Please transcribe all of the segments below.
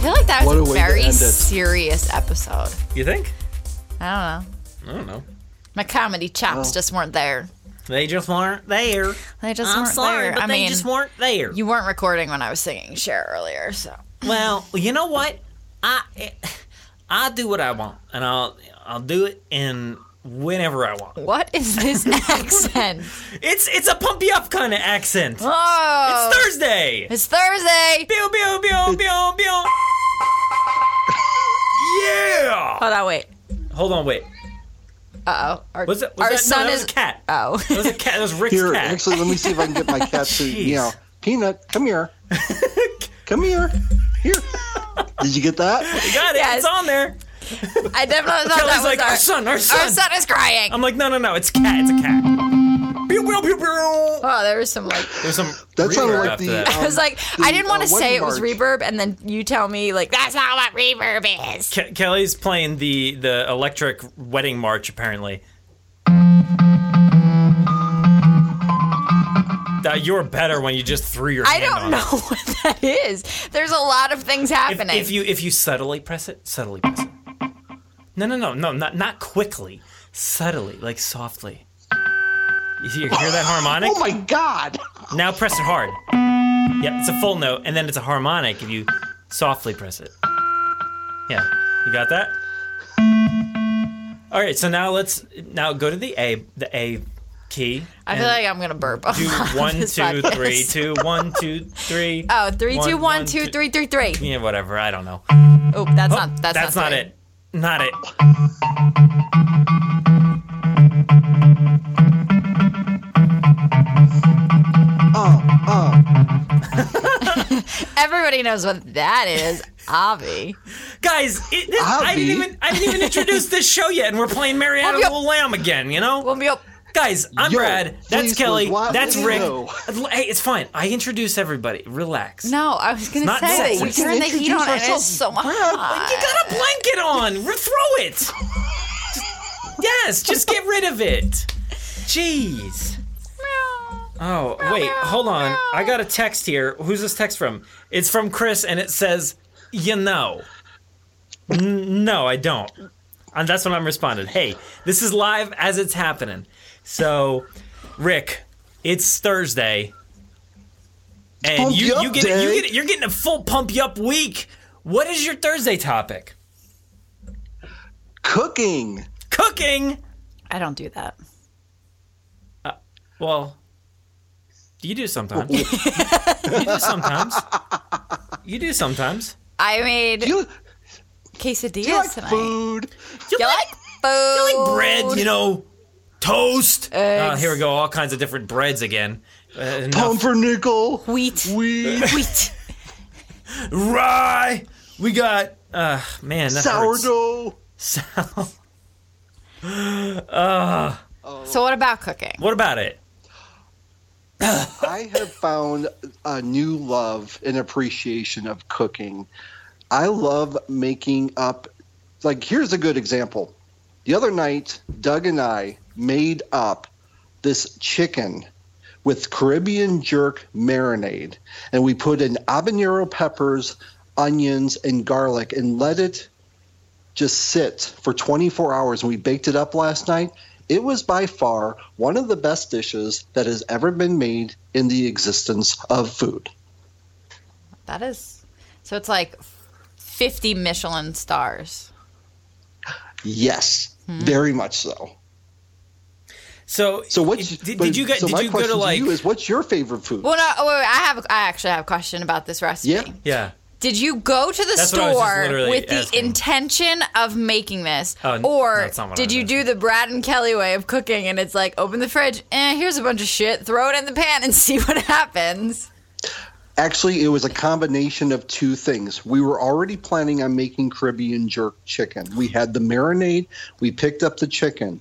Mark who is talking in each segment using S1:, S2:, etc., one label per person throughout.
S1: feel like that
S2: What a
S1: was a
S2: way to
S1: very
S2: end it.
S1: serious episode.
S3: You think?
S1: I don't know.
S3: I don't know.
S1: My comedy chops just weren't there.
S3: They just weren't there.
S1: They just
S3: I'm
S1: weren't
S3: sorry,
S1: there.
S3: but
S1: I
S3: they
S1: mean,
S3: just weren't there.
S1: You weren't recording when I was singing Cher earlier, so
S3: Well, you know what? I I do what I want, and I'll I'll do it in whenever I want.
S1: what is this accent?
S3: It's it's a pump you up kind of accent.
S1: Oh,
S3: It's Thursday.
S1: it's Thursday.
S3: Pew pew pew pew pew. Yeah.
S1: Hold on, wait.
S3: Hold on, wait.
S1: Uh oh. Our,
S3: Was that? Was
S1: our
S3: that,
S1: son
S3: no, that
S1: is
S3: was a cat. That
S1: Oh,
S3: was a cat. That was Rick's
S2: Here,
S3: cat.
S2: actually, let me see if I can get my cat to
S3: Jeez.
S2: meow. Peanut, come here. come here. Here. Did you get that?
S3: Got it.
S1: Yes.
S3: It's on there.
S1: I definitely thought that
S3: Kelly's
S1: was
S3: like
S1: our,
S3: our son, our son.
S1: our son is crying.
S3: I'm like, no, no, no. It's cat. It's a cat. Pew pew pew pew.
S1: oh, there was some like.
S3: There's some.
S2: That sounded
S3: reverb
S2: like
S3: after
S2: the, uh,
S3: that.
S1: I was like,
S2: The,
S1: I didn't want
S2: uh,
S1: to say it was
S2: wedding
S1: reverb, and then you tell me like that's not what reverb is.
S3: Ke- Kelly's playing the the electric wedding march apparently. Uh, you were better when you just threw your.
S1: I
S3: hand
S1: don't
S3: on
S1: know
S3: it.
S1: what that is. There's a lot of things happening.
S3: If, if you if you subtly press it, subtly press it. No, no, no, no, not not quickly. Subtly, like softly. You see, you hear that harmonic?
S2: Oh my God.
S3: Now press it hard. Yeah, it's a full note, and then it's a harmonic if you softly press it. Yeah, you got that? All right, so now let's now go to the A the A key.
S1: I feel like I'm gonna burp.
S3: do one,
S1: this
S3: two, three,
S1: podcast.
S3: two, one, two, three.
S1: Oh, three, two, one, two,
S3: two-
S1: three, three, three.
S3: Yeah, whatever. I don't know.
S1: Oh, that's not that's,
S3: That's not
S1: not, three.
S3: it. Not it.
S2: Oh, oh.
S1: Everybody knows what that is. Avi.
S3: Guys, it, this, I didn't
S2: Avi?
S3: even I didn't even introduce this show yet, and we're playing Marietta
S1: Well,
S3: Little Lamb again. You know,
S1: We'll be up.
S3: guys, I'm
S2: Yo,
S3: Brad. That's
S2: please,
S3: Kelly.
S2: why-
S3: That's Rick.
S2: no.
S3: Hey, it's fine. I introduce everybody. Relax.
S1: No, I was gonna
S3: not
S1: say
S3: sexy.
S1: we
S3: We
S1: turn the
S2: can
S1: heat on and
S2: introduce
S1: it's so hot.
S3: You got a blanket on. Re- Throw it. Just- yes, just get rid of it. Jeez. Oh, wait, hold on. I got a text here. Who's this text from? It's from Chris and it says, "You know." N- no, I don't. And that's when I'm responding. Hey, this is live as it's happening. So, Rick, it's Thursday. And
S2: Pump
S3: you
S2: you up
S3: you get, you
S2: day.
S3: get you're getting a full pump you up week. What is your Thursday topic?
S2: Cooking.
S3: Cooking.
S1: I don't do that.
S3: Well, you do sometimes. you do sometimes. You do sometimes.
S1: I made
S2: You,
S1: quesadillas
S2: you like
S1: tonight.
S2: food.
S1: You like food? You
S3: like bread, you know, toast. Uh,
S1: Eggs.
S3: here we go, all kinds of different breads again. Uh, enough.
S2: Pumpernickel.
S1: Wheat.
S2: Wheat.
S1: Wheat.
S3: Rye. We got, uh, man, that hurts.
S2: sourdough.
S3: Sour-
S1: So what about cooking?
S3: what about it?
S2: I have found a new love and appreciation of cooking. I love making up. Like, here's a good example. The other night, Doug and I made up this chicken with Caribbean jerk marinade, and we put in habanero peppers, onions, and garlic, and let it just sit for 24 hours. And we baked it up last night. It was by far one of the best dishes that has ever been made in the existence of food.
S1: That is. So it's like 50 Michelin stars.
S2: Yes,
S3: Hmm.
S2: very much so.
S3: So,
S2: So what's
S3: did, did
S2: but-
S3: you get?
S2: So
S3: did
S2: my
S3: you go
S2: question
S3: to like?
S2: you is what's your favorite food?
S1: Well, no, oh, wait, wait, I have. I actually have a question about this recipe.
S2: Yeah.
S3: yeah.
S1: Did you go to the
S3: That's what I was just
S1: store
S3: literally
S1: with the
S3: asking.
S1: intention of making this,
S3: Oh, n- no,
S1: or
S3: that's not what
S1: did
S3: I
S1: you
S3: was
S1: do the Brad and Kelly way of cooking? And it's like open the fridge, eh, here's a bunch of shit, throw it in the pan, and see what happens.
S2: Actually, it was a combination of two things. We were already planning on making Caribbean jerk chicken. We had the marinade, we picked up the chicken.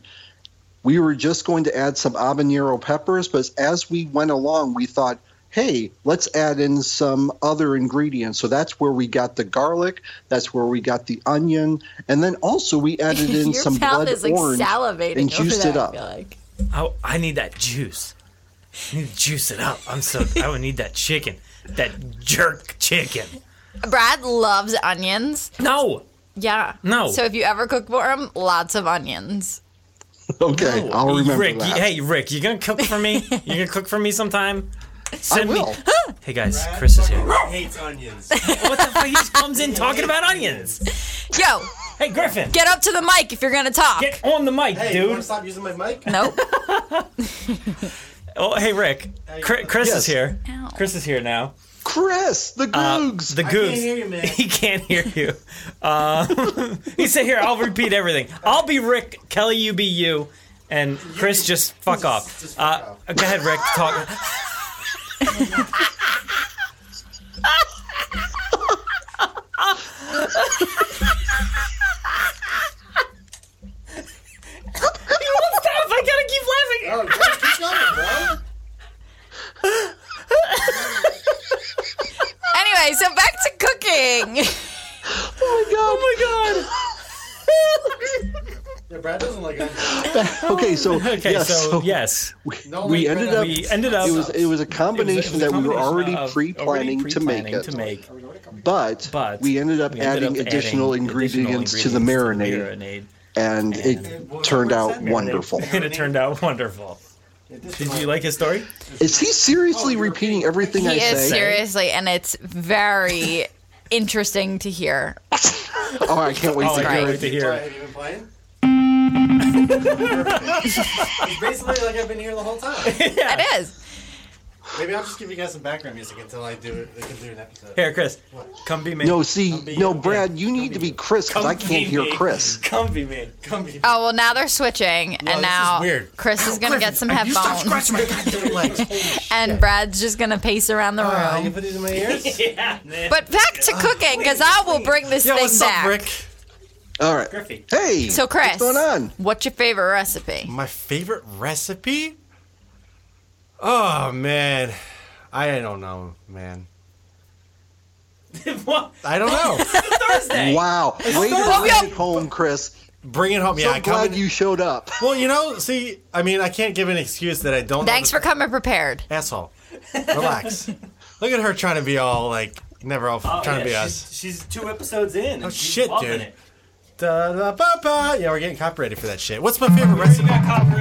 S2: We were just going to add some habanero peppers, but as we went along, we thought, hey, let's add in some other ingredients. So that's where we got the garlic, that's where we got the onion, and then also we added in
S1: Your
S2: some
S1: mouth
S2: blood
S1: is like
S2: orange
S1: salivating
S2: and
S1: over
S2: juiced
S1: that,
S2: it
S1: I
S2: up.
S1: feel like.
S3: Oh, I need that juice. I need to juice it up. I'm so. I would need that chicken. That jerk chicken.
S1: Brad loves onions.
S3: No.
S1: Yeah.
S3: No.
S1: So if you ever cook for him, lots of onions.
S2: Okay,
S3: No.
S2: I'll remember
S3: Rick,
S2: that.
S3: you- hey Rick, you gonna cook for me? you gonna cook for me sometime?
S2: I
S3: Send
S2: will.
S3: me. Hey guys, Chris is here.
S4: hates onions.
S3: what the fuck? He just comes in talking about onions.
S1: Yo,
S3: Hey Griffin, get,
S1: get up to the mic if you're gonna talk.
S3: on the mic,
S4: Hey, you want
S3: dude.
S4: to stop using my mic?
S1: nope.
S3: Oh, hey Rick, Chri- Chris
S2: Yes.
S3: is here.
S1: Ow.
S3: Chris is here now.
S2: Chris, the Googs.
S3: Uh, The
S4: I
S3: goose.
S4: can't hear you, man.
S3: He can't hear you. Um, he said, "Here, I'll repeat everything. I'll be Rick. Kelly, you be you, and Chris, just fuck off."
S4: just fuck
S3: Uh, go ahead, Rick. Talk. He won't stop. I gotta keep laughing.
S4: Oh, just keep going,
S1: anyway, so back to cooking.
S2: oh my god.
S3: Oh my
S4: bro. Yeah, Brad doesn't like onions.
S2: Okay, so
S3: god. Okay,
S2: yes,
S3: so, yes,
S4: No one
S2: we
S4: likes
S2: ended
S4: red
S2: up.
S3: we ended up.
S2: It was it was a
S3: It
S2: combination
S3: was a
S2: that we were
S3: combination
S2: already
S3: of-
S2: pre-planning,
S3: already
S2: to make
S3: pre-planning to
S2: it,
S3: make.
S4: onions.
S2: but,
S3: But
S2: we ended up
S3: we ended
S2: adding
S3: up
S2: additional
S3: adding
S2: ingredients,
S3: additional
S2: to the marinade,
S3: ingredients to the marinade,
S2: and, it
S4: And-
S2: turned
S4: Where's
S2: out
S4: that marinade?
S2: wonderful.
S3: and it turned out wonderful.
S4: Yeah, this
S3: Did
S4: one-
S3: you like his story?
S2: Is he seriously
S4: Oh, you're
S2: repeating
S4: okay.
S2: everything I
S1: he is
S2: say?
S1: seriously, and it's very interesting to hear.
S2: Oh, I can't wait
S3: Oh, I
S2: to
S3: can't wait
S1: right.
S2: hear it.
S3: to
S4: Why,
S3: hear.
S4: have you been playing? it's basically like I've been here the whole time.
S3: Yeah.
S1: It is.
S4: Maybe I'll just give you guys some background music until I do it. They can do an episode.
S3: Here, Chris,
S4: What?
S3: come be me.
S2: No, see,
S4: be
S2: no,
S4: you.
S2: Brad, you need to be Chris because
S3: Come
S2: I can't
S3: be
S2: hear
S3: me.
S2: Chris.
S3: Come be me.
S4: Come here.
S1: Oh well, now they're switching,
S4: this
S1: and
S4: is
S1: now
S4: weird.
S1: Chris is gonna get some headphones,
S4: my goddamn legs.
S1: and Brad's just gonna pace around the
S4: Uh, you
S1: room.
S4: put it in my ears?
S3: Yeah. man.
S1: But back to cooking, because I will bring this
S3: Yo,
S1: thing
S3: what's
S1: back.
S3: up, Rick?
S2: All right.
S3: Griffey.
S2: Hey.
S1: So, Chris,
S2: what's going on?
S1: what's your favorite recipe?
S4: My favorite recipe? Oh man, I don't know, man.
S3: What?
S4: I don't know.
S3: Thursday.
S2: Wow. Way to
S1: Well, we
S2: bring
S1: all-
S2: it home, Chris.
S4: Bring it home. Yeah,
S2: So
S4: I come
S2: glad
S4: in-
S2: you showed up.
S4: Well, you know, see, I mean, I can't give an excuse that I don't. know
S1: Thanks
S4: the-
S1: for coming prepared.
S4: asshole. Relax. Look at her trying to be all like never all trying to be us.
S3: Oh, She's, two episodes in. And oh
S4: shit, dude. Da, da, ba, ba. Yeah, we're getting copyrighted for that shit. What's my favorite recipe?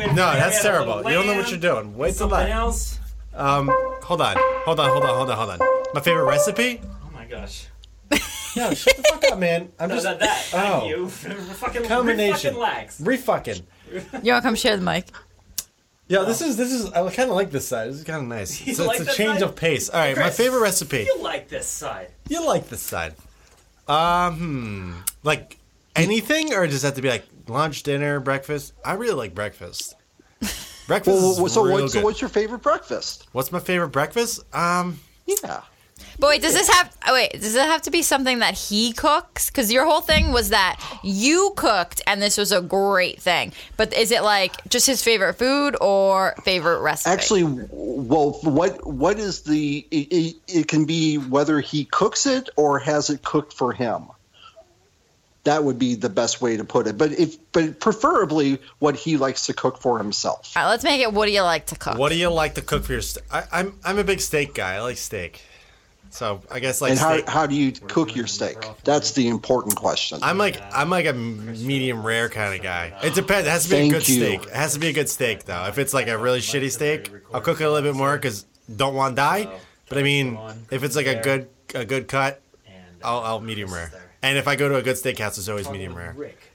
S4: No, that's terrible. You don't know what you're doing. Wait till
S3: Something
S4: I.
S3: else.
S4: Um, hold on, hold on, hold on, hold on, hold on. My favorite recipe?
S3: Oh my gosh.
S4: No, shut the fuck up, man. I'm
S3: No,
S4: just
S3: that, that.
S4: Oh.
S3: Thank you. fucking
S4: combination.
S3: Fucking lax.
S4: Refucking.
S1: You wanna come share the mic?
S4: Yeah, this is this is. I kind of like this side. This is kind of nice. It's,
S3: like
S4: it's a
S3: that
S4: change
S3: side?
S4: of pace. All right, my
S3: Chris.
S4: favorite recipe.
S3: You like this side?
S4: You like this side? Um, hmm. like anything, or does it have to be like lunch, dinner, breakfast? I really like breakfast. Breakfast.
S2: Well,
S4: is
S2: so,
S4: real
S2: what, so
S4: good.
S2: what's your favorite breakfast?
S4: What's my favorite breakfast? Um,
S2: Yeah.
S1: But wait, does this have? oh, Wait, does it have to be something that he cooks? Because your whole thing was that you cooked, and this was a great thing. But is it like just his favorite food or favorite recipe?
S2: Actually, w- well, what what is the? It, it, it can be whether he cooks it or has it cooked for him. That would be the best way to put it. But if but preferably what he likes to cook for himself.
S1: All right, let's make it. What do you like to cook?
S4: what do you like to cook for your? St- I, I'm I'm a big steak guy. I like steak. So I guess like
S2: And how,
S4: steak.
S2: how do you cook your steak? That's the important question.
S4: I'm like I'm like a medium rare kind of guy. It depends. It has to be
S2: Thank
S4: a good
S2: you.
S4: steak. It has to be a good steak though. If it's like a really shitty steak, I'll cook it a little bit more because don't want to die. But I mean, if it's like a good a good cut,
S3: And uh,
S4: I'll, I'll medium rare. And if I go to a good steakhouse, it's always medium rare.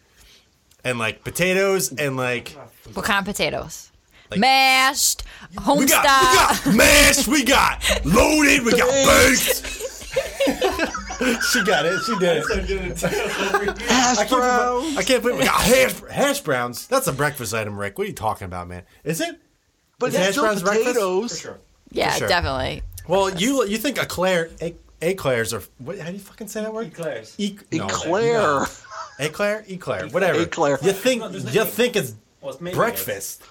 S4: And like potatoes and like
S1: What kind of potatoes?
S4: Like-
S1: Mashed, home
S4: we got
S1: style.
S4: we got mashed, we got loaded, we got baked. she got it. She did it.
S2: Hash
S4: I can't
S2: brown.
S4: believe- I can't believe we got hash, hash browns. That's a breakfast item, Rick. What are you talking about, man? Is it?
S2: But
S4: Is hash
S2: it's still
S4: browns breakfast?
S2: potatoes.
S1: Yeah,
S4: sure.
S1: definitely.
S4: Well, you you think eclair, e- eclairs are what? How do you fucking say that word?
S3: Eclairs.
S4: E- no,
S2: Eclair.
S4: no. eclair, eclair, whatever.
S2: Eclair.
S4: You think
S3: No, there's no
S4: you
S3: E.
S4: think it's
S3: Well, it's maybe
S4: breakfast?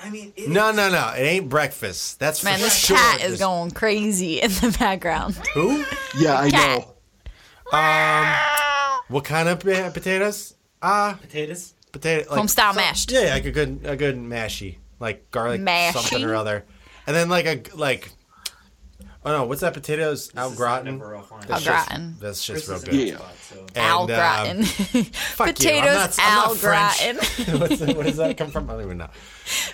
S3: I mean, it
S4: No, no, no. It ain't breakfast. That's
S1: Man,
S4: for
S1: this
S4: sure.
S1: cat is
S4: This-
S1: going crazy in the background.
S4: Who?
S2: Yeah, I
S1: cat.
S2: know.
S4: What kind of pa- potatoes? Ah,
S3: potatoes.
S4: potato. Like,
S1: Homestyle
S4: some-
S1: mashed.
S4: Yeah, like a good a good mashy, like garlic
S1: Mashy?
S4: something or other, and then like a like Oh no, what's that? Potatoes au gratin.
S1: Au
S4: It's just-
S1: gratin.
S4: That's just real good.
S2: Yeah.
S4: And,
S1: Al
S4: um,
S1: gratin.
S4: fuck you, I'm
S1: Potatoes
S4: not- I'm not
S1: al
S4: French.
S1: gratin
S4: What's that- where does that come from? I don't even know.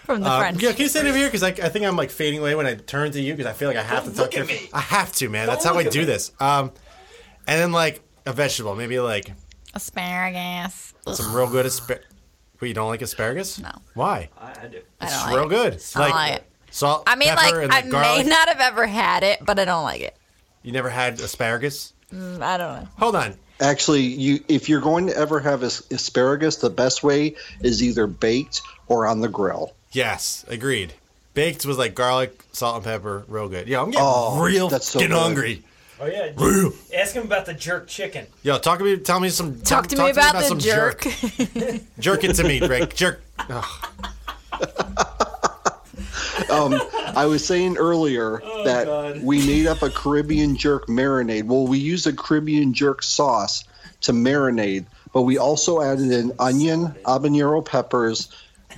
S1: from the
S4: Um,
S1: French.
S4: yeah, can you stand over here? Because I, I think I'm like fading away when I turn to you because I feel like I have
S3: Don't
S4: to talk
S3: look at
S4: to
S3: me.
S4: I have to, man. That's
S3: Don't
S4: how I
S3: look at
S4: do
S3: me.
S4: this. Um, and then like a vegetable, maybe like
S1: Asparagus. Ugh,
S4: some real good asparagus. Wait, you don't like asparagus?
S1: No.
S4: Why?
S3: I, I do.
S1: I don't
S4: It's
S1: like
S4: real
S1: it.
S4: good.
S1: I don't like it.
S4: salt.
S1: I mean,
S4: pepper,
S1: like,
S4: and,
S1: I
S4: garlic.
S1: may not have ever had it, but I don't like it.
S4: You never had asparagus?
S1: Mm, I don't know.
S4: Hold on.
S2: Actually, you if you're going to ever have as- asparagus, the best way is either baked or on the grill.
S4: Yes, agreed. Baked was like garlic, salt, and pepper, real good. Yeah, I'm getting
S2: Oh,
S4: real
S2: that's so
S4: fucking
S2: good.
S4: hungry.
S3: Oh yeah.
S4: Real.
S3: Ask him about the jerk chicken.
S4: Yo, talk to me. Tell me some.
S1: Talk to me about, the
S4: some
S1: jerk.
S4: Jerk it to me, Drake. Jerk. Ugh.
S2: I was saying earlier that
S3: God.
S2: we made up a Caribbean jerk marinade. Well, we used a Caribbean jerk sauce to marinade, but we also added in onion, habanero peppers,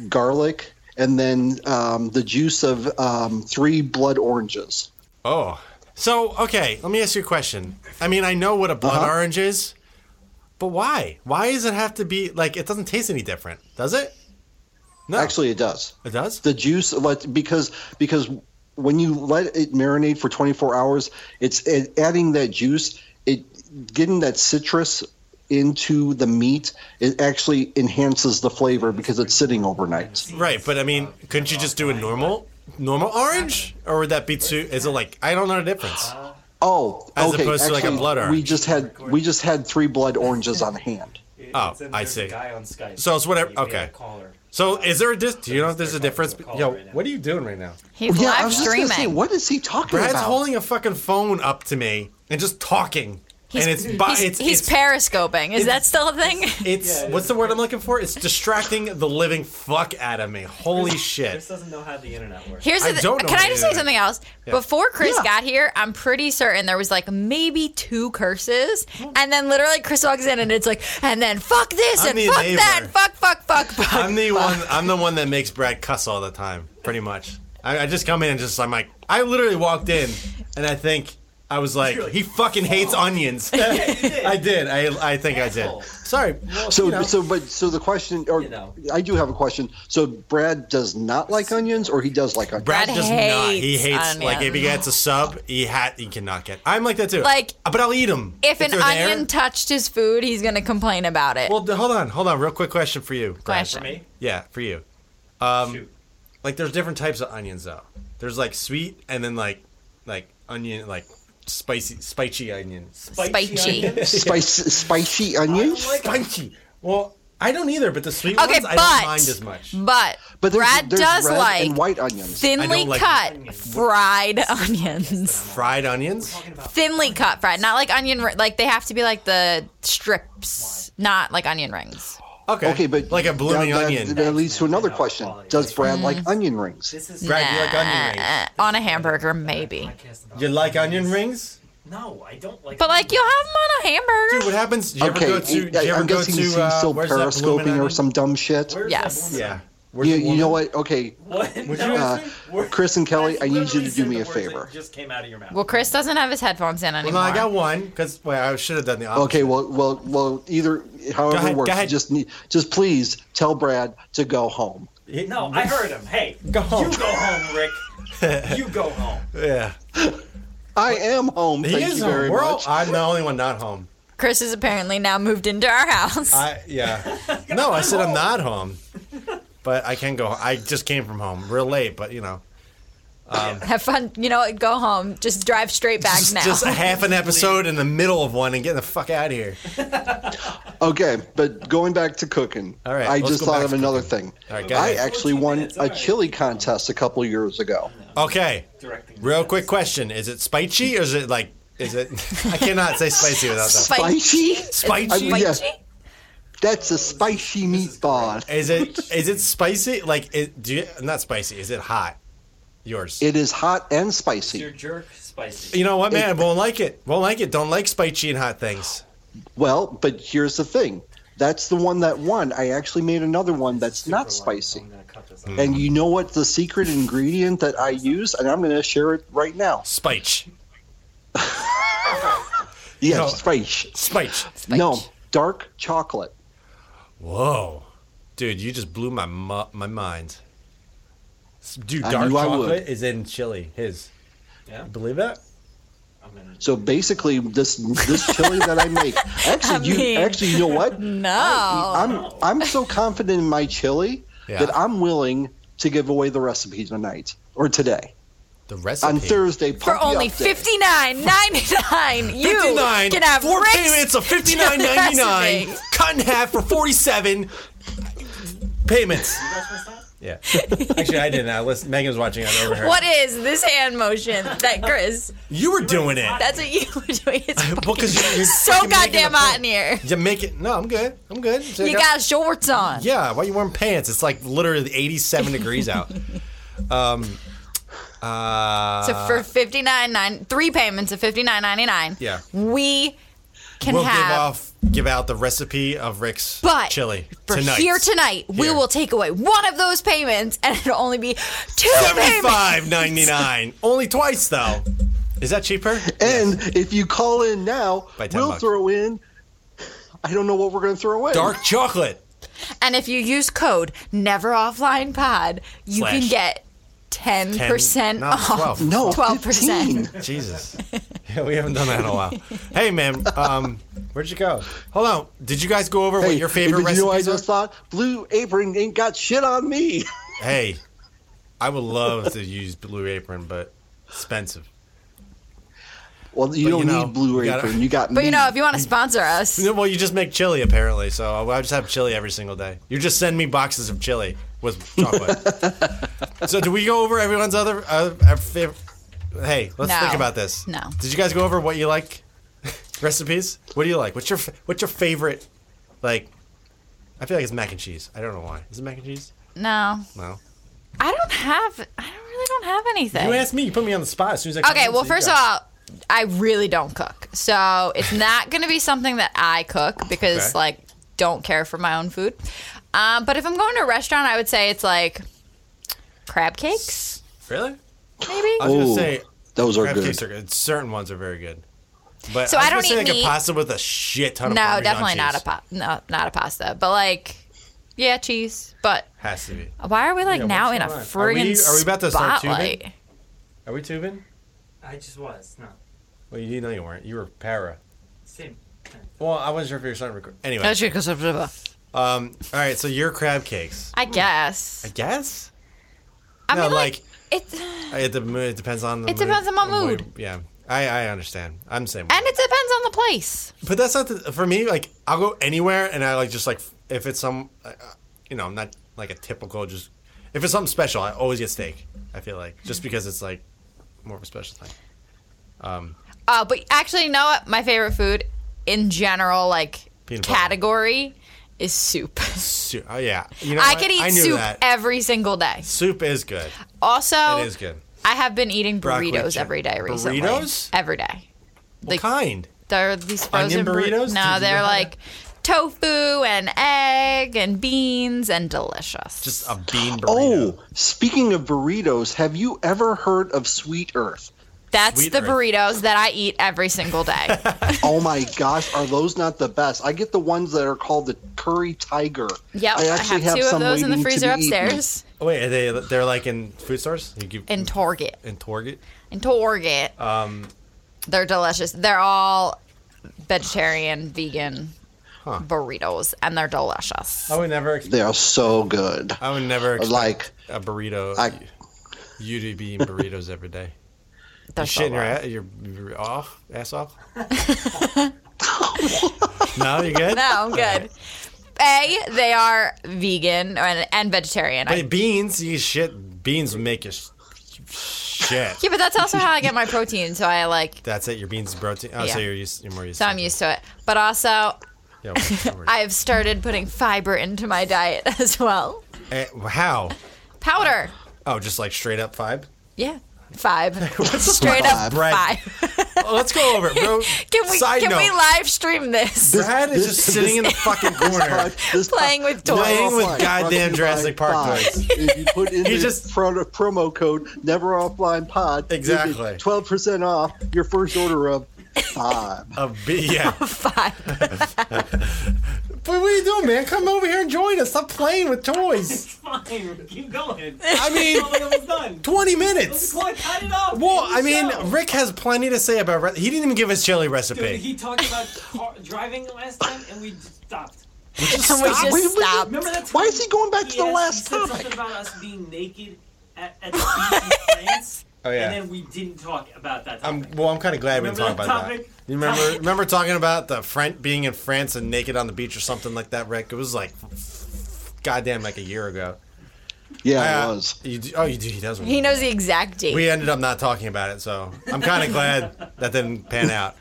S2: garlic, and then um, the juice of um, three blood oranges.
S4: Oh. So, okay, let me ask you a question. I mean, I know what a blood
S2: Uh-huh.
S4: orange is, but why? Why does it have to be like it doesn't taste any different, does it? No.
S2: Actually, it does.
S4: it does?
S2: the juice let because because when you let it marinate for 24 hours it's it, adding that juice it getting that citrus into the meat it actually enhances the flavor because it's sitting overnight
S4: right, but I mean, couldn't you just do a normal normal orange? Or would that be too is it like I don't know the difference.
S2: oh
S4: As
S2: okay
S4: opposed to, like, a
S2: actually,
S4: blood
S2: we
S4: orange.
S2: just had we just had three blood oranges on hand
S4: Oh,
S3: It's in-
S4: I
S3: there's a
S4: see.
S3: guy on Skype.
S4: So it's whatever-
S3: He made
S4: okay.
S3: a caller.
S4: So, is there a dis- do you know if there's a difference?
S3: Call
S4: Yo,
S3: right now.
S4: what are you doing right now?
S1: He's
S2: yeah
S1: live
S2: i was just gonna
S1: streaming.
S2: say what is he talking
S4: Brad's
S2: about
S4: holding a fucking phone up to me and just talking.
S1: he's,
S4: and it's bu-
S1: he's,
S4: it's,
S1: he's
S4: it's,
S1: periscoping. Is that still a thing?
S4: it's
S3: Yeah, it
S4: what's
S3: is.
S4: the word I'm looking for? It's distracting the living fuck out of me. Holy shit.
S3: Chris doesn't know how the internet works.
S1: Here's
S4: I
S1: the,
S4: don't know
S1: Can
S4: what
S1: I just
S4: it
S1: say
S4: is.
S1: something else? Before Chris
S2: Yeah.
S1: got here, I'm pretty certain there was like maybe two curses, and then literally Chris walks in and it's like, and then fuck this
S4: Hmm. I'm
S1: and
S4: the
S1: fuck
S4: enabler.
S1: that, and fuck, fuck, fuck, fuck.
S4: I'm the one. I'm the one that makes Brad cuss all the time, pretty much. I, I just come in and just I'm like, I literally walked in, and I think I was like, he fucking hates onions. I did. I I think I did.
S3: Asshole.
S4: Sorry. Well,
S2: so
S4: you know.
S2: so but so the question or
S3: You know.
S2: i do have a question so brad does not like onions or he does like onions
S4: Brad
S1: Brad
S4: does not. He
S1: hates
S4: hates like if he
S1: onions.
S4: gets a sub, he had he cannot get. I'm like that too. Uh,
S1: Like,
S4: but I'll eat them
S1: if an
S4: they're there.
S1: onion touched his food, he's gonna complain about it.
S4: well, d- hold on, hold on. Real quick question for you. Brad.
S3: For
S1: Question.
S3: me?
S4: Yeah, for you. Um,
S3: Shoot.
S4: like there's different types of onions though. There's like sweet and then like like onion like spicy spicy onion.
S1: Spicy.
S3: onion?
S2: spice spicy
S3: I
S2: onions
S3: don't like them.
S4: Spicy. Well, I don't either, but the sweet
S1: Okay,
S4: ones I don't
S1: but-
S4: mind as much.
S1: But,
S2: But there's,
S1: Brad
S2: there's
S1: does
S2: red
S1: like
S2: and white onions.
S1: thinly
S4: like
S1: cut
S3: onions.
S1: fried onions.
S4: Fried onions.
S3: Talking about
S1: thinly cut fried, not like onion. ri- Like they have to be like the strips, not like onion rings.
S4: Okay.
S2: okay, but
S4: like a blooming
S2: that, that-
S4: onion.
S2: That leads to another
S3: No
S2: question:
S3: quality.
S2: Does Brad like onion rings?
S3: this is
S4: Brad, you like onion rings?
S1: Uh, on a hamburger, maybe.
S3: podcast about
S4: You like onion
S3: onions.
S4: rings?
S3: No, I don't like.
S1: But like you'll have them on a
S4: Dude,
S1: hamburger.
S4: what happens? Do you
S2: okay,
S4: ever go to? Do
S2: I,
S4: you ever
S2: am
S4: go
S2: guessing
S4: to?
S2: he's
S4: uh,
S2: still
S4: where's that blooming
S2: periscoping or
S4: onion?
S2: some dumb shit.
S3: Where's
S1: Yes.
S3: that
S4: Yeah.
S3: woman?
S4: Where's
S2: You,
S4: the
S2: you
S4: woman?
S2: know what? Okay,
S3: What?
S4: Where's
S3: No,
S4: your-
S3: it's
S4: Uh,
S3: me. Where-
S2: Chris and Kelly,
S3: That's
S2: I need you
S3: literally
S2: to do
S3: said
S2: me
S3: the
S2: a
S3: words that
S2: favor.
S3: Just came out of your mouth.
S1: Well, Chris doesn't have his headphones in
S4: Well,
S1: anymore.
S4: no, I got one because wait, I should have done the opposite.
S2: okay. Well, well, well. Either however
S4: ahead,
S2: it
S4: go
S2: works,
S4: ahead.
S2: just need, just please tell Brad to go home.
S3: no, I heard him. Hey,
S4: Go home.
S3: You go home, Rick. you go home.
S4: yeah,
S2: I am home.
S4: he
S2: thank
S4: is
S2: you
S4: home.
S2: very
S4: We're all-
S2: much.
S4: I'm the only one not home.
S1: Chris has apparently now moved into our house.
S4: I yeah. No, I said I'm not home, but I can go. I just came from home real late, but you know,
S1: have fun. You know, what, go home. Just drive straight back
S4: just,
S1: now.
S4: just a half an episode in the middle of one and getting the fuck out of here.
S2: Okay, but going back to cooking,
S4: All right,
S2: I
S4: let's
S2: just
S4: go
S2: thought
S4: back
S2: of
S4: to
S2: another
S4: cooking.
S2: thing.
S4: All right, go
S2: I
S4: ahead.
S2: actually
S3: 14
S2: won
S3: minutes, all
S2: a
S3: right.
S2: chili contest a couple years ago.
S4: Okay,
S3: Directing.
S4: real
S3: this.
S4: quick question: Is it spicy or is it like? Is it? I cannot say spicy without that.
S2: Spicy?
S4: Spicy.
S2: I- yeah.
S1: Spicy?
S2: That's a spicy meatball.
S4: Is it? Is it spicy? Like, it, do you, not spicy? Is it hot? Yours.
S2: It is hot and
S3: Your
S2: spicy.
S3: jerk spicy.
S4: you know what, man? won't like it. Won't like it. Don't like spicy and hot things.
S2: Well, but here's the thing. That's the one that won. I actually made another one that's
S3: Super long,
S2: not spicy. Mm.
S3: I'm gonna cut this off.
S2: And you know what the secret ingredient that I use? And I'm going to share it right now.
S4: Spike.
S2: Yes,
S4: No.
S2: spice.
S4: Spite.
S2: No, dark chocolate.
S4: Whoa, dude, you just blew my mu- my mind. S- Dude,
S2: I
S4: dark
S2: knew I would.
S4: chocolate is in chili. His,
S3: Yeah.
S4: believe that?
S2: So basically, this this chili that I make. Actually, you
S1: mean,
S2: actually you know what?
S1: No.
S2: I'm I'm so confident in my chili
S4: Yeah.
S2: that I'm willing to give away the recipe tonight or today
S4: The recipe.
S2: on Thursday
S1: for
S2: Pumpy
S1: only
S2: Up Day.
S1: fifty nine ninety nine, you
S4: 59,
S1: can have
S4: four
S1: Rick's
S4: payments of fifty nine ninety nine,
S1: recipe.
S4: cut in half for forty seven payments. Yeah, actually, I didn't. I listened. Megan was watching. I overheard.
S1: What is this hand motion that Chris?
S4: You were doing it.
S1: That's what you were doing. It's
S4: Well, because you're, you're
S1: so
S4: fucking making
S1: goddamn
S4: the
S1: hot in
S4: point.
S1: here.
S4: You make it. No, I'm good. I'm good. So I
S1: You
S4: got-
S1: got shorts on.
S4: Yeah, why you wearing pants? It's like literally 87 degrees out. Um, uh,
S1: So for fifty nine nine three payments of fifty nine ninety nine.
S4: Yeah.
S1: We can
S4: we'll
S1: have
S4: give off give out the recipe of Rick's
S1: but
S4: chili
S1: for
S4: tonight.
S1: here tonight, we
S4: Here.
S1: will take away one of those payments, and it'll only be two payments.
S4: 75.99. Only twice though. Is that cheaper?
S2: And if you call in now,
S4: By 10
S2: we'll
S4: bucks.
S2: throw in. I don't know what we're going to throw in.
S4: Dark chocolate.
S1: And if you use code NeverOfflinePod, you
S4: Slash.
S1: can get ten percent
S4: no,
S1: off.
S4: 12.
S2: No,
S1: Twelve
S2: 15.
S1: percent.
S4: Jesus. Yeah, we haven't done that in a while. Hey man, um, where'd you go? Hold on. Did you guys go over
S2: Hey,
S4: what your favorite
S2: but
S4: recipes
S2: you know, I
S4: are?
S2: just thought Blue Apron ain't got shit on me.
S4: Hey, I would love to use Blue Apron, but expensive.
S2: Well, you
S4: But,
S2: don't
S4: you know,
S2: need Blue
S4: you gotta-
S2: Apron. You got me.
S1: But you know, if you want to sponsor us,
S4: No, Well, you just make chili apparently, so I I just have chili every single day. You just send me boxes of chili with chocolate. so, do we go over everyone's other? Uh, our favorite? Hey, let's
S1: No.
S4: think about this.
S1: No.
S4: Did you guys go over what you like recipes? What do you like? What's your f- What's your favorite? Like, I feel like it's mac and cheese. I don't know why. Is it mac and cheese?
S1: no,
S4: No.
S1: I don't have. I don't really don't have anything.
S4: You asked me. You put me on the spot as soon as I. come
S1: Okay,
S4: in,
S1: well,
S4: so you
S1: first
S4: go.
S1: of all, I really don't cook. So it's not going to be something that I cook because,
S4: Okay.
S1: like, don't care for my own food. Um, but if I'm going to a restaurant, I would say it's like crab cakes,
S4: really,
S1: maybe.
S4: I was gonna
S2: Ooh,
S4: say
S2: Oh, those are
S4: crab
S2: good.
S4: cakes are good. Certain ones are very good. But
S1: So
S4: I, was
S1: I don't
S4: gonna say
S1: eat
S4: like
S1: meat.
S4: a pasta with a shit ton of
S1: no,
S4: Parmesan
S1: definitely not
S4: cheese.
S1: a pa- no, not a pasta. But like, yeah, cheese. But
S4: Has to be.
S1: why are we like
S4: Yeah,
S1: now
S4: what's
S1: in a
S4: going on? Are we-
S1: friggin'
S4: are we about to start tubing?
S1: spotlight?
S4: Are we tubing?
S5: I just was. No.
S4: Well, you know you weren't. You were para.
S5: Same.
S4: Well, I wasn't sure if you were starting to record. Anyway,
S1: That's just 'cause of-
S4: um, all right. So your crab cakes.
S1: I guess.
S4: I guess.
S1: I
S4: no,
S1: mean, like,
S4: like-
S1: it's
S4: It, dep- it depends on. The
S1: It depends on my mood.
S4: Yeah, I, I understand. I'm the same. way.
S1: and it depends on the place.
S4: But that's not the, for me. Like I'll go anywhere, and I like just like if it's some, uh, you know, I'm not like a typical just. If it's something special, I always get steak. I feel like just because it's like more of a special thing.
S1: Uh, but actually, you know what? My favorite food in general, like
S4: Peanut butter.
S1: category, is soup.
S4: Soup. Oh yeah, you know
S1: I
S4: what?
S1: could eat
S4: I knew
S1: soup
S4: that.
S1: every single day.
S4: soup is good.
S1: Also,
S4: It is good.
S1: I have been eating
S4: Broccoli
S1: burritos
S4: chip-
S1: every day recently.
S4: Burritos?
S1: Every day.
S4: What kind?
S1: They're these frozen
S4: Onion
S1: bur-
S4: burritos? Did
S1: No,
S4: you
S1: they're
S4: have that?
S1: like tofu and egg and beans and delicious.
S4: Just a bean burrito.
S2: oh, speaking of burritos, have you ever heard of Sweet Earth?
S1: That's
S4: sweet
S1: the
S4: earth.
S1: burritos that I eat every single day.
S2: Oh my gosh, are those not the best? I get the ones that are called the curry tiger.
S1: yep, I,
S2: actually
S1: have two of
S2: some
S1: those in the
S2: waiting to
S1: freezer
S2: be eaten.
S1: upstairs
S4: Oh, wait, are they they're like in food stores. You give,
S1: in Target.
S4: in Target.
S1: in Target. Um, they're delicious. They're all vegetarian, vegan burritos, and they're delicious.
S4: I would never. Expect,
S2: They are so good.
S4: I would never expect
S2: Like-
S4: a burrito.
S2: I-
S4: you to be eating burritos every day.
S1: They're
S4: You
S1: so
S4: shitting your,
S1: good.
S4: a- your, your off ass off. no, you good?
S1: No, I'm good. A, they are vegan and, and vegetarian. I-
S4: Hey, beans, you shit. Beans make you sh- shit.
S1: yeah, but that's also how I get my protein. So I like,
S4: That's it. Your beans is protein. Oh, so
S1: Yeah.
S4: you're used. You're more used.
S1: so
S4: to
S1: I'm
S4: it.
S1: used to it. But also,
S4: Yeah, we're- we're-
S1: I've started putting fiber into my diet as well.
S4: Eh, how?
S1: Powder.
S4: Oh, just like straight up five.
S1: Yeah. Five. Straight up
S4: Brad?
S1: five.
S4: Well, let's go over it, bro.
S1: Can we
S4: Side
S1: can
S4: note.
S1: we live stream this?
S4: Brad is
S2: This-
S4: just sitting in the fucking corner.
S2: pod- this pod-
S1: Playing with toys.
S4: Playing with
S2: offline,
S4: goddamn
S2: brought to you
S4: Jurassic
S2: by
S4: Park
S2: Fox.
S4: toys.
S2: If you put in
S4: He
S2: the
S4: just-
S2: pro- promo code Never Offline Pod,
S4: Exactly.
S2: twelve percent off your first order of pod.
S4: A B, yeah.
S1: Five.
S4: But what are you doing, man? Come over here and join us. Stop playing with toys.
S5: It's fine. Keep going.
S4: I mean,
S5: Nobody was done.
S4: 20
S5: Just
S4: minutes.
S5: go on, Cut it off.
S4: Well,
S5: End the
S4: I mean,
S5: show.
S4: Rick has plenty to say about. Re- he didn't even give his chili
S5: Dude,
S4: recipe.
S5: he talked about car- driving last time, and we just stopped.
S1: And we
S2: Wait, wait,
S1: just stop.
S5: Remember that time
S2: Why is he going back to the
S5: asked-
S2: last
S5: said
S2: topic?
S5: Something about us being naked at, at the beach in France.
S4: Oh, yeah.
S5: And then we didn't talk about that.
S4: I'm,
S5: Topic.
S4: well, I'm kind of glad we didn't talk
S5: Remember
S4: about
S5: that
S4: that.
S5: topic?
S4: You remember remember talking about the French being in France and naked on the beach or something like that, Rick? It was like, goddamn, like a year ago.
S2: Yeah, it
S4: Uh,
S2: was.
S4: You do, oh, you do. He does.
S1: He knows the exact date.
S4: We ended up not talking about it, so I'm kind of glad that didn't pan out.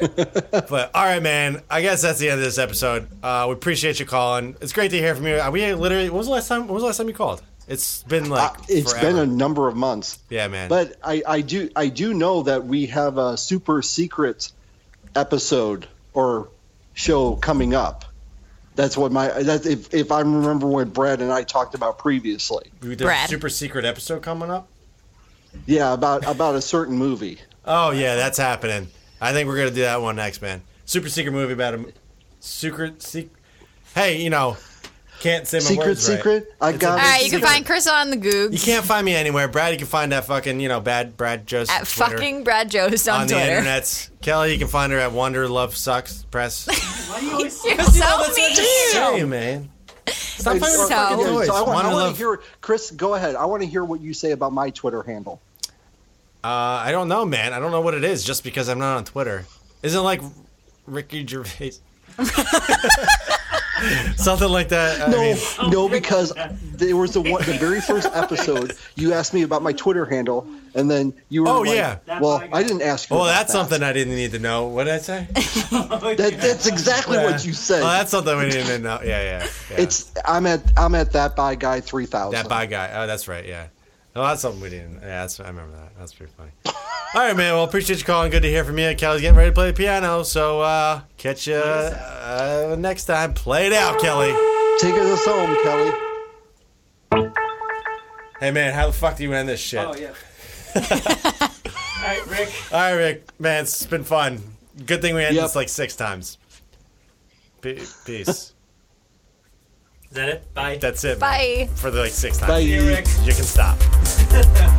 S4: but all right, man. I guess that's the end of this episode. Uh, we appreciate you calling. It's great to hear from you. Uh, We literally. When was the last time? When was the last time you called? It's been like.
S2: Uh, It's been a
S4: forever.
S2: number of months.
S4: Yeah, man.
S2: But I, I do I do know that we have a super secret episode or show coming up. That's what my that if if I remember when Brad and I talked about previously.
S4: there's a
S1: Brad.
S4: super secret episode coming up.
S2: Yeah, about about a certain movie.
S4: Oh yeah, that's happening. I think we're gonna do that one next, man. Super secret movie about a m- secret secret. Hey, you know, can't say my
S2: Secret,
S4: words right.
S2: secret. I
S4: It's a
S2: got
S1: All
S2: it.
S1: right, you can
S4: Secret.
S1: find Chris on the Googs.
S4: You can't find me anywhere, Brad. You can find that fucking you know bad Brad Joseph
S1: at
S4: Twitter.
S1: fucking Brad Jost on,
S4: on the
S1: Twitter.
S4: internets. Kelly, you can find her at Wonder Love Sucks Press.
S5: Why do you always
S1: You're
S5: say-
S1: so mean.
S4: Hey, man. Stop
S2: It's-
S4: playing
S1: So-
S4: with fucking
S2: yeah,
S4: toys.
S2: so I, want,
S4: Wonder
S2: I want
S4: Love-
S2: to hear Chris. Go ahead. I want to hear what you say about my Twitter handle.
S4: Uh, I don't know, man. I don't know what it is just because I'm not on Twitter. Isn't it like Ricky Gervais? Something like that. I
S2: No,
S4: mean,
S2: no, because there was the one, the very first episode. You asked me about my Twitter handle, and then you were
S4: Oh,
S2: like,
S4: yeah.
S2: "Well, I didn't ask you."
S4: well,
S2: about
S4: that's
S2: that.
S4: something I didn't need to know. What did I say?
S2: That, that's exactly what you said.
S4: Well, that's something we didn't know. Yeah, yeah. yeah.
S2: it's I'm at I'm at that by guy three thousand.
S4: That bad guy. Oh, that's right. Yeah. Oh, that's something we didn't. Yeah, that's, I remember that. That's pretty funny. All right, man. Well, appreciate you calling. Good to hear from you. Kelly's getting ready to play the piano, so uh, catch you uh, next time. Play it out, Kelly.
S2: Take us home, Kelly.
S4: Hey, man. How the fuck do you end this shit?
S5: Oh yeah. All right, Rick.
S4: All right, Rick. Man, it's been fun. Good thing we ended
S2: Yep.
S4: this like six times. Pe- peace.
S5: Is that it? Bye.
S4: that's it. man.
S1: Bye.
S4: For the like six times.
S2: Bye.
S5: Rick.
S4: You can stop.